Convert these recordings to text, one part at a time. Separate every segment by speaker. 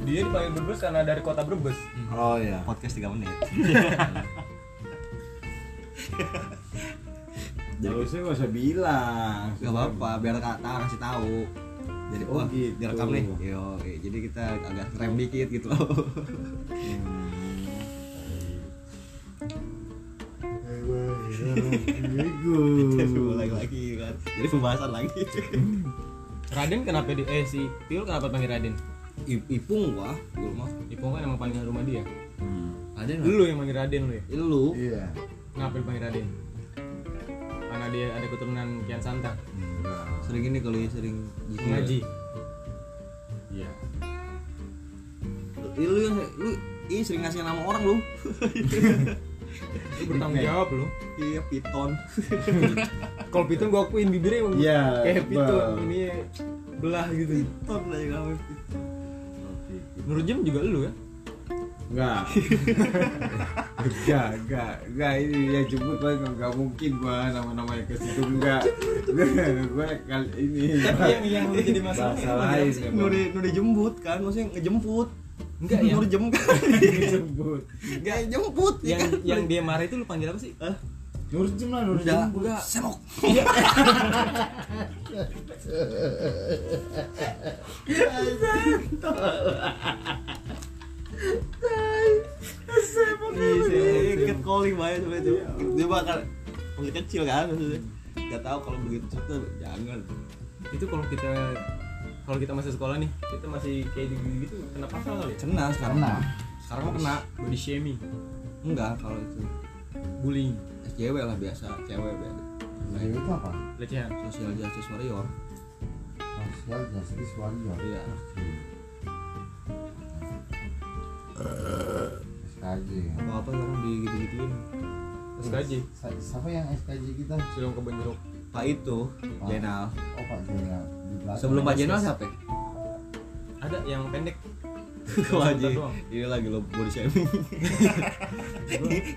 Speaker 1: panggil Brebes karena dari kota Brebes.
Speaker 2: Oh iya.
Speaker 3: podcast 3 menit
Speaker 2: Jadi harusnya gak usah bilang.
Speaker 3: Gak apa-apa, biar kata ngasih tahu. Jadi
Speaker 2: Oh,
Speaker 3: oh,
Speaker 2: gitu.
Speaker 3: direkam nih. Yo, eh, jadi kita agak rem dikit gitu loh.
Speaker 2: Iya,
Speaker 3: Jadi mulai lagi kan. Jadi pembahasan lagi.
Speaker 1: Raden kenapa di eh si Piul kenapa panggil Raden?
Speaker 3: I- Ipung gua, gua mah.
Speaker 1: Ipong kan emang panggilan rumah dia.
Speaker 3: Ada enggak?
Speaker 1: Lu yang manggil Raden lu ya.
Speaker 3: Lu.
Speaker 2: Hmm. Iya.
Speaker 1: Kenapa dipanggil Raden? Karena dia ada keturunan Kian Santang.
Speaker 2: Enggak.
Speaker 3: Sering ini kali sering gitu.
Speaker 1: Ngaji. Iya.
Speaker 3: Iya, Lu lu yang- lu ini sering ngasih nama orang lu.
Speaker 1: Lu bertanggung jawab lu.
Speaker 3: Iya, piton.
Speaker 1: Kalau Piton gua akuin bibirnya emang
Speaker 2: Iya,
Speaker 1: kayak
Speaker 2: tebal.
Speaker 1: Piton ini belah gitu.
Speaker 3: Piton lah yang namanya piton.
Speaker 1: Menurut Jim juga lu ya?
Speaker 2: Enggak. Enggak, enggak, enggak ini ya jemput lah enggak mungkin gua nama-nama yang ke situ enggak. gua kali ini
Speaker 1: yang yang lu jadi
Speaker 2: Iya. bahasa lain ya, Bang.
Speaker 3: Nuri nuri jemput kan, maksudnya ngejemput.
Speaker 1: Enggak, ya.
Speaker 3: nuri jem kan.
Speaker 2: Dijemput.
Speaker 3: Enggak jemput ya
Speaker 1: yang
Speaker 3: kan?
Speaker 1: yang dia marah itu lu panggil apa sih?
Speaker 2: Iya,
Speaker 3: Hah?
Speaker 2: Nurjem lah,
Speaker 3: Udah,
Speaker 2: Nurjem.
Speaker 3: udah semok. Iya, cat calling banget sama itu. Dia bakal masih kecil kan maksudnya. Gak tahu kalau begitu tuh jangan.
Speaker 1: itu kalau kita kalau kita masih sekolah nih kita masih kayak gitu gitu kena pasal kali ya?
Speaker 3: Kena sekarang.
Speaker 2: Kena.
Speaker 3: Sekarang mah kena.
Speaker 1: body shaming
Speaker 3: Enggak kalau itu.
Speaker 1: bullying
Speaker 3: SJW lah biasa, cewek biasa.
Speaker 4: Nah itu apa?
Speaker 1: pelecehan
Speaker 3: Social Justice Warrior.
Speaker 4: Social Justice Warrior
Speaker 3: Iya.
Speaker 4: SKJ
Speaker 3: Apa apa sekarang di gitu-gituin.
Speaker 1: SKJ
Speaker 4: Sa- Siapa yang SKJ kita?
Speaker 1: silong kebenjeruk
Speaker 3: Pak itu, Jenal.
Speaker 4: Oh Pak Jenal Di belakang.
Speaker 3: Sebelum Pak Jenal siapa? ya?
Speaker 1: ada yang pendek
Speaker 3: Wah,
Speaker 1: Sebentar
Speaker 3: Ji.
Speaker 1: doang.
Speaker 3: ini lagi lo body shaming.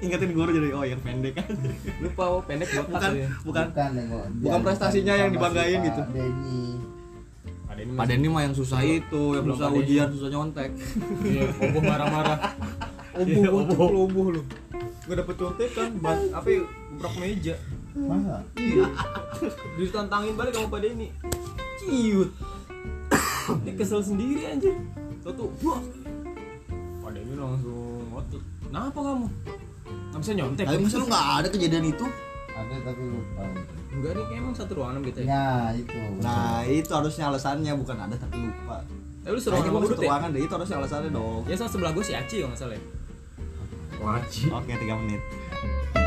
Speaker 3: Ingatin guru jadi oh yang pendek kan.
Speaker 1: lupa oh, pendek botak
Speaker 3: Bukan
Speaker 1: ya
Speaker 3: bukan.
Speaker 4: Bukan nengok
Speaker 3: Bukan prestasinya yang dibanggain gitu.
Speaker 4: Denny
Speaker 1: ada ini
Speaker 3: Pada ini mah yang susah itu, yang
Speaker 1: Belum
Speaker 3: susah
Speaker 1: ada ini.
Speaker 3: ujian, susah nyontek.
Speaker 1: iya oboh marah-marah oboh
Speaker 3: Iya,
Speaker 1: oboh
Speaker 3: oboh.
Speaker 1: lu oboh lu gak dapet contekan buat apa ya gebrak meja
Speaker 4: Masa?
Speaker 1: iya ditantangin balik sama pada ini ciut dia kesel sendiri anjir tau tuh buah pada ini langsung ngotot kenapa kamu nggak bisa nyontek
Speaker 3: Tapi masa lu nggak ada kejadian itu?
Speaker 4: Ada tapi lupa
Speaker 1: enggak nih emang satu ruangan gitu
Speaker 3: Iya.
Speaker 1: ya
Speaker 4: Nah itu
Speaker 3: Nah itu harusnya alasannya bukan ada tapi lupa.
Speaker 1: tapi lu seru
Speaker 3: Kayaknya
Speaker 1: sama
Speaker 3: gua masuk
Speaker 1: Budut ya Iya,
Speaker 3: ruangan deh, itu harusnya alasannya dong.
Speaker 1: ya sama sebelah gue si Aci kalau nggak salah ya
Speaker 2: Wajib.
Speaker 3: Oke tiga menit.